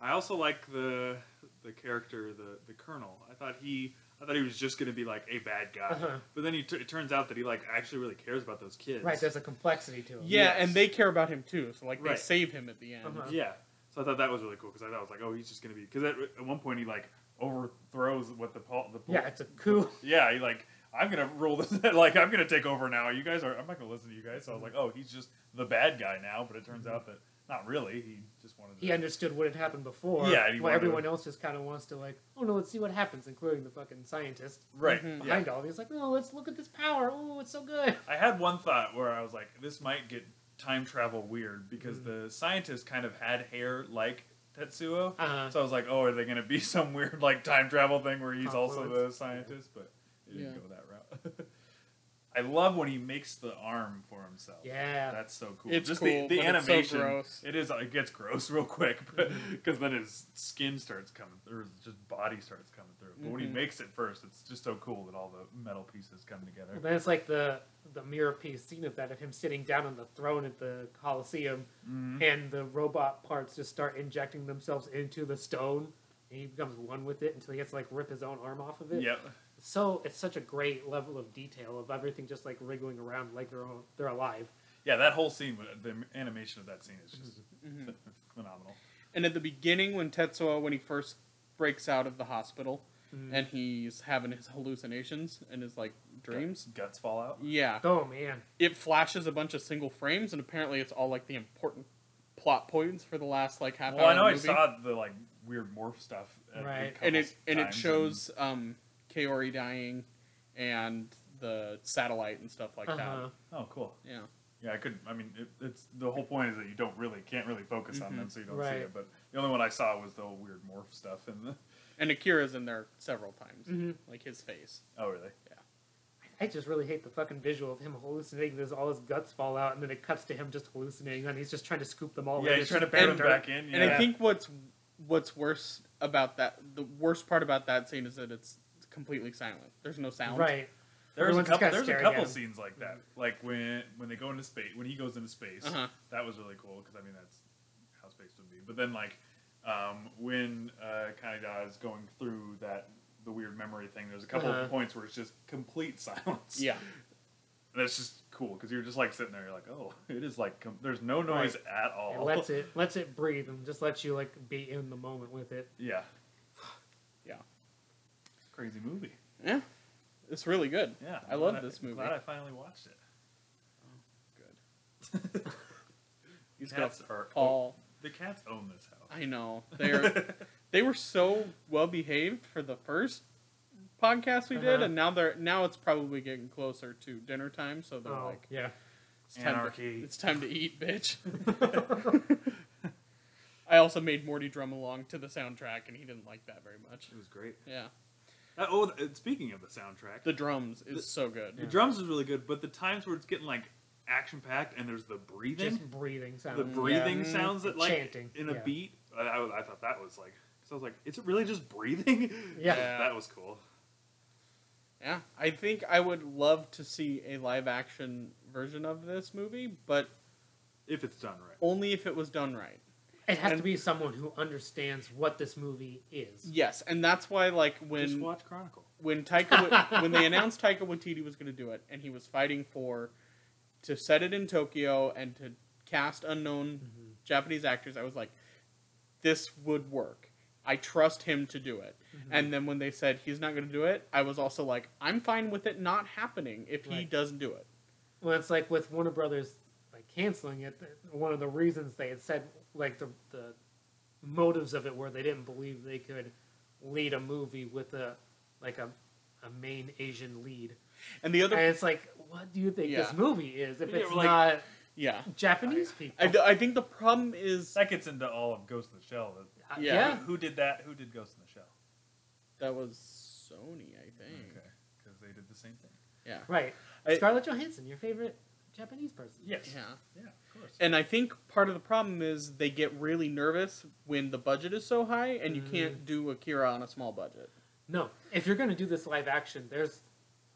S2: I also like the the character, the the colonel. I thought he, I thought he was just going to be like a bad guy,
S4: Uh-huh.
S2: but then he t- it turns out that he like actually really cares about those kids.
S4: Right, there's a complexity to it.
S3: Yeah,
S2: Yes.
S3: and they care about him too. So like they
S2: Right.
S3: save him at the end.
S4: Uh-huh.
S2: Yeah. So I thought that was really cool because I thought I was like, oh, he's just gonna be because at, at one point he like overthrows what the pol- the pol-
S4: Yeah, it's a coup.
S2: yeah he like I'm gonna rule this [laughs] like I'm gonna take over now. You guys are I'm not gonna listen to you guys. So I was like,
S4: Mm-hmm.
S2: oh, he's just the bad guy now. But it turns out that not really. He just wanted to.
S4: He understood what had happened before.
S2: Yeah, and he
S4: while
S2: wanted to-
S4: everyone else just kind of wants to like, oh no, let's see what happens, including the fucking scientist
S2: right.
S3: Mhm.
S2: Yeah.
S4: behind all. He's like, no, let's look at this power. Oh, it's so good.
S2: I had one thought where I was like, this might get time travel weird because
S3: Mm.
S2: the scientist kind of had hair like Tetsuo.
S3: Uh-huh.
S4: Uh,
S2: So I was like, oh, are they going to be [laughs] some weird like time travel thing where he's also the
S4: Confluence.
S2: scientist? But it didn't
S3: Yeah.
S2: go that route. [laughs] I love when he makes the arm for himself.
S4: yeah,
S2: That's so cool.
S3: It's
S2: Just
S3: cool,
S2: the, the
S3: but it's so
S2: animation.
S3: gross. Mm-hmm.
S2: It is. It gets gross [laughs] real quick, because then his skin starts coming, through, or his just body starts coming through. But when he
S3: Mhm.
S2: makes it first, it's just so cool that all the metal pieces come together.
S4: And then it's like the the mirror piece scene of that of him sitting down on the throne at the Colosseum,
S2: Mhm.
S4: and the robot parts just start injecting themselves into the stone, and he becomes one with it until he gets to, like rip his own arm off of it.
S2: Yep.
S4: So it's such a great level of detail of everything just like wriggling around like they're all- they're alive.
S2: Yeah, that whole scene, with- the animation of that scene is just
S3: Mhm.
S2: [laughs] phenomenal.
S3: And at the beginning, when Tetsuo when he first breaks out of the hospital and he's having his hallucinations and his like dreams.
S2: guts fall out.
S3: Yeah,
S4: Oh man,
S3: it flashes a bunch of single frames, and apparently it's all like the important plot points for the last like half
S2: Well,
S3: hour.
S2: I know I
S3: of the movie.
S2: saw the like weird morph stuff, at a
S4: Right.
S2: couple
S3: and it and it
S2: times,
S3: shows um Kaori dying and the satellite and stuff like
S4: uh-huh.
S2: and- oh, cool.
S3: that. Yeah.
S2: Yeah, I could. I mean, it, it's the whole point is that you don't really can't really focus on
S3: Mm-hmm.
S2: them, so you don't see
S4: Right.
S2: it. But the only one I saw was the whole weird morph stuff. And the,
S3: And Akira's in there several times.
S4: Mhm.
S3: Like his face.
S2: oh, really?
S4: I just really hate the fucking visual of him hallucinating. There's all his guts fall out, and then it cuts to him just hallucinating, and he's just trying to scoop
S3: Oh,
S4: them all.
S2: yeah,
S4: in.
S2: he's
S4: It's
S2: trying to
S4: just
S2: bear them
S4: enter.
S2: back in. Yeah.
S3: And I think what's what's worse about that the worst part about that scene is that it's completely silent. There's no sound.
S4: right.
S2: there was a
S4: everyone's
S2: couple.
S4: kinda
S2: There's a
S4: staring
S2: couple
S4: at him.
S2: scenes like that, like when when they go into space, when he goes into space.
S3: Uh-huh.
S2: That was really cool because I mean that's how space would be. But then like um, when uh, Kaneda is going through that the weird memory thing, there's a couple
S4: Uh-huh.
S2: of points where it's just complete [laughs] silence.
S3: Yeah.
S2: and that's just cool because you're just like sitting there, you're like, oh, it is like com- there's no noise at all.
S4: It
S3: Oh.
S4: lets it lets it breathe and just lets you like be in the moment with it.
S2: [laughs] Yeah,
S3: Yeah.
S2: it's a crazy movie.
S3: Yeah. It's really good.
S2: Yeah,
S3: I
S2: I'm
S3: love
S2: glad
S3: this
S2: I'm
S3: movie.
S2: Glad I finally watched it.
S3: Good.
S4: [laughs]
S2: These
S3: He's
S2: cats
S3: got
S2: are
S3: all
S2: the cats own this house.
S3: I know. They're
S4: [laughs]
S3: they were so well behaved for the first podcast we did
S4: Uh-huh.
S3: and now they're now it's probably getting closer to dinner time so they're
S4: Oh,
S3: like
S4: yeah.
S3: It's time to-
S2: Anarchy.
S3: it's time to eat,
S4: [laughs]
S3: bitch. [laughs] I also made Morty drum along to the soundtrack, and he didn't like that very much.
S2: It was great.
S3: Yeah,
S2: Uh, oh, th- uh, speaking of the soundtrack,
S3: the drums is
S2: The-
S3: so good.
S2: the drums is really good, but the times where it's getting like action packed and there's the breathing,
S4: Just mm, breathing sound.
S2: the breathing
S3: Yeah.
S2: sounds that like
S4: Chanting,
S2: in a
S4: yeah.
S2: beat. I, I, was- I thought that was like because I was like, is it really just breathing? [laughs]
S4: Yeah.
S3: Yeah.
S2: that was cool.
S3: Yeah, I think I would love to see a live action version of this movie, but
S2: If it's done right.
S3: only if it was done right.
S4: It has
S3: And-
S4: to be someone who understands what this movie is.
S3: Yes, and that's why like
S2: Just
S3: when
S2: watch Chronicle.
S3: when Taika Wa- [laughs] when they announced Taika Waititi was going to do it, and he was fighting for to set it in Tokyo and to cast unknown
S2: Mm-hmm.
S3: Japanese actors, I was like, this would work. I trust him to do it.
S2: Mm-hmm.
S3: And then when they said he's not going to do it, I was also like, I'm fine with it not happening if he
S4: Right.
S3: doesn't do it.
S4: Well, it's like with Warner Brothers like canceling it. th- One of the reasons they had said like the the motives of it were they didn't believe they could lead a movie with a like a a main Asian lead.
S3: And the other,
S4: And it's like, what do you think
S3: Yeah.
S4: this movie is if
S2: Yeah,
S4: it's
S2: like-
S4: not
S2: [laughs]
S3: yeah,
S4: Japanese people?
S3: I, d- I think the problem is
S2: That gets into all of Ghost in the Shell. that-
S4: Uh,
S3: yeah.
S4: yeah.
S2: Who did that? Who did Ghost in the Shell?
S3: that was Sony, I think.
S2: Okay, because they did the same thing.
S3: Yeah,
S4: Right.
S3: I-
S4: Scarlett Johansson, your favorite Japanese person.
S2: Yes.
S3: yeah.
S2: Yeah, of course.
S3: And I think part of the problem is they get really nervous when the budget is so high and you
S4: Mm.
S3: can't do Akira on a small budget.
S4: No, if you're going to do this live action, there's,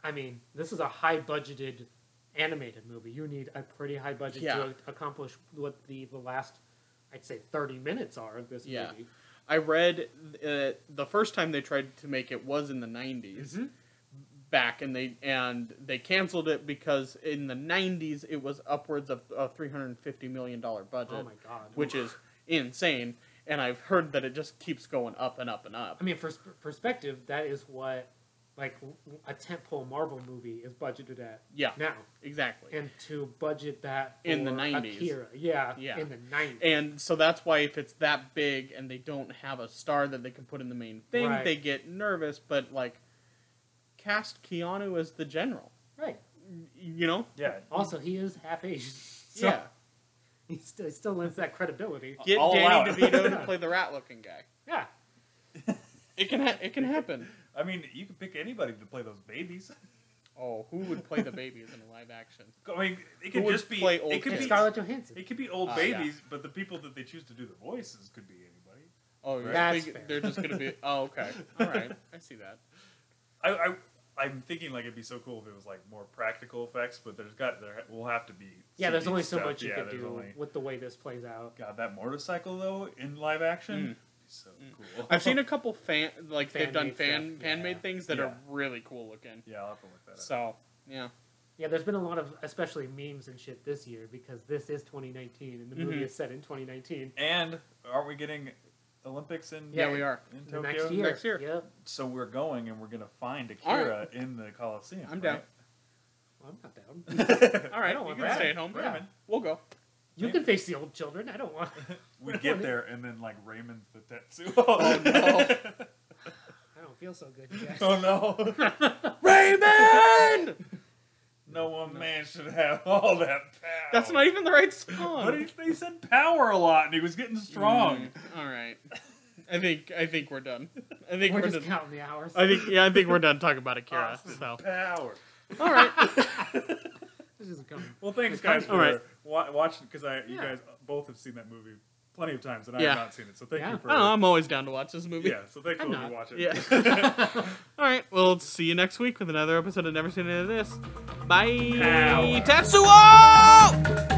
S4: I mean, this is a high budgeted animated movie. You need a pretty high budget
S3: Yeah.
S4: to accomplish what the, the last, I'd say, 30 minutes are of this
S3: Yeah.
S4: movie.
S3: I read uh, the first time they tried to make it was in the 90s
S4: Mhm.
S3: back and they and they canceled it because in the 90s it was upwards of a 350 million dollar budget
S4: Oh my god.
S3: which is insane and I've heard that it just keeps going up and up and up.
S4: I mean, for s- perspective, that is what like a tentpole Marvel movie is budgeted at
S3: yeah,
S4: now,
S3: exactly.
S4: and to budget that
S3: In the
S4: for
S3: 90s.
S4: Akira, yeah,
S3: Yeah.
S4: in the nineties,
S3: And so that's why if it's that big and they don't have a star that they can put in the main thing,
S4: Right.
S3: they get nervous. But like, cast Keanu as the general.
S4: right?
S3: You know?
S4: [laughs]
S2: Yeah.
S4: Also, he is half Asian, so
S3: yeah.
S4: [laughs] he still, he still lends that credibility.
S3: Get
S2: All
S3: Danny
S2: out. [laughs]
S3: DeVito to play the rat-looking guy.
S4: Yeah,
S3: It can ha- it can happen.
S2: I mean, you could pick anybody to play those babies. [laughs]
S3: Oh, who would play the babies in a live action?
S2: I mean, it
S3: Who
S2: could
S3: would
S2: just be.
S3: play old
S2: It could
S3: kids?
S2: be.
S4: Scarlett Johansson.
S2: It could be old
S3: Ah, yeah.
S2: babies, but the people that they choose to do the voices could be anybody.
S3: Oh, you're
S4: That's
S3: big-
S4: fair.
S3: they're just gonna be. Oh, okay. All right. I see
S4: [laughs]
S3: that.
S2: I, I I'm thinking like it'd be so cool if it was like more practical effects, but there's got there will have to be.
S4: yeah, there's
S2: CG
S4: only so
S2: stuff.
S4: much you
S2: Yeah,
S4: could
S2: there's
S4: do
S2: only-
S4: with the way this plays out.
S2: God, that motorcycle though in live action,
S3: Mm.
S2: would be so cool. [laughs]
S3: I've seen a couple fan like they've done
S4: Fan-made
S3: fan
S4: stuff,
S3: fan made
S2: yeah.
S3: things that are
S2: Yeah.
S3: really cool looking.
S2: yeah, I'll have to look that up.
S3: So yeah.
S4: Yeah, there's been a lot of especially memes and shit this year because this is 2019 and the movie
S2: Mm-hmm.
S3: Mhm.
S4: is set in 2019.
S2: and aren't we getting Olympics in?
S3: Yeah,
S4: Yeah.
S3: we
S4: [laughs]
S3: are.
S2: In
S4: The
S2: Tokyo
S4: next year.
S3: Next year.
S4: Yep.
S2: So we're going and we're gonna find
S3: All
S2: Akira in the Coliseum.
S3: I'm down.
S4: Well, I'm not down. [laughs]
S2: right?
S3: All right,
S4: don't
S3: you
S4: want
S3: can
S4: that.
S3: stay at home.
S4: Yeah.
S3: Raymond. We'll go.
S4: You can face the old children. I
S2: [laughs]
S4: don't want.
S2: we
S4: We're
S2: get
S4: going.
S2: there and then like Raymond's the Tetsu.
S3: Oh,
S2: [laughs]
S4: [laughs]
S3: no.
S4: I don't feel so good, you guys.
S2: oh no!
S3: Raymond!
S2: No one man should have all that power.
S3: That's not even the right
S2: But he,
S3: song.
S2: they said power a lot, and he was getting strong.
S3: Mm, all right. I think I think we're done. I think we're,
S4: We're just
S3: done.
S4: counting the hours.
S3: I think yeah, I think we're done talking about Akira.
S2: Austin
S3: so
S2: Power.
S3: all right.
S4: [laughs] This isn't coming.
S2: Well, thanks
S4: It's
S2: guys for
S3: kind of-
S2: wa- watching because I you
S4: Yeah.
S2: guys both have seen that movie plenty of times, and I
S3: Yeah.
S2: have not seen it. So thank
S4: Yeah.
S2: you for
S3: I don't know, Oh, I'm always down to watch this movie.
S2: yeah. So thanks
S4: I'm
S2: for
S4: not.
S2: watching.
S3: Yeah.
S2: [laughs]
S3: all right. Well, see you next week with another episode of Never Seen Any of This. Bye.
S2: Power.
S3: Tetsuo!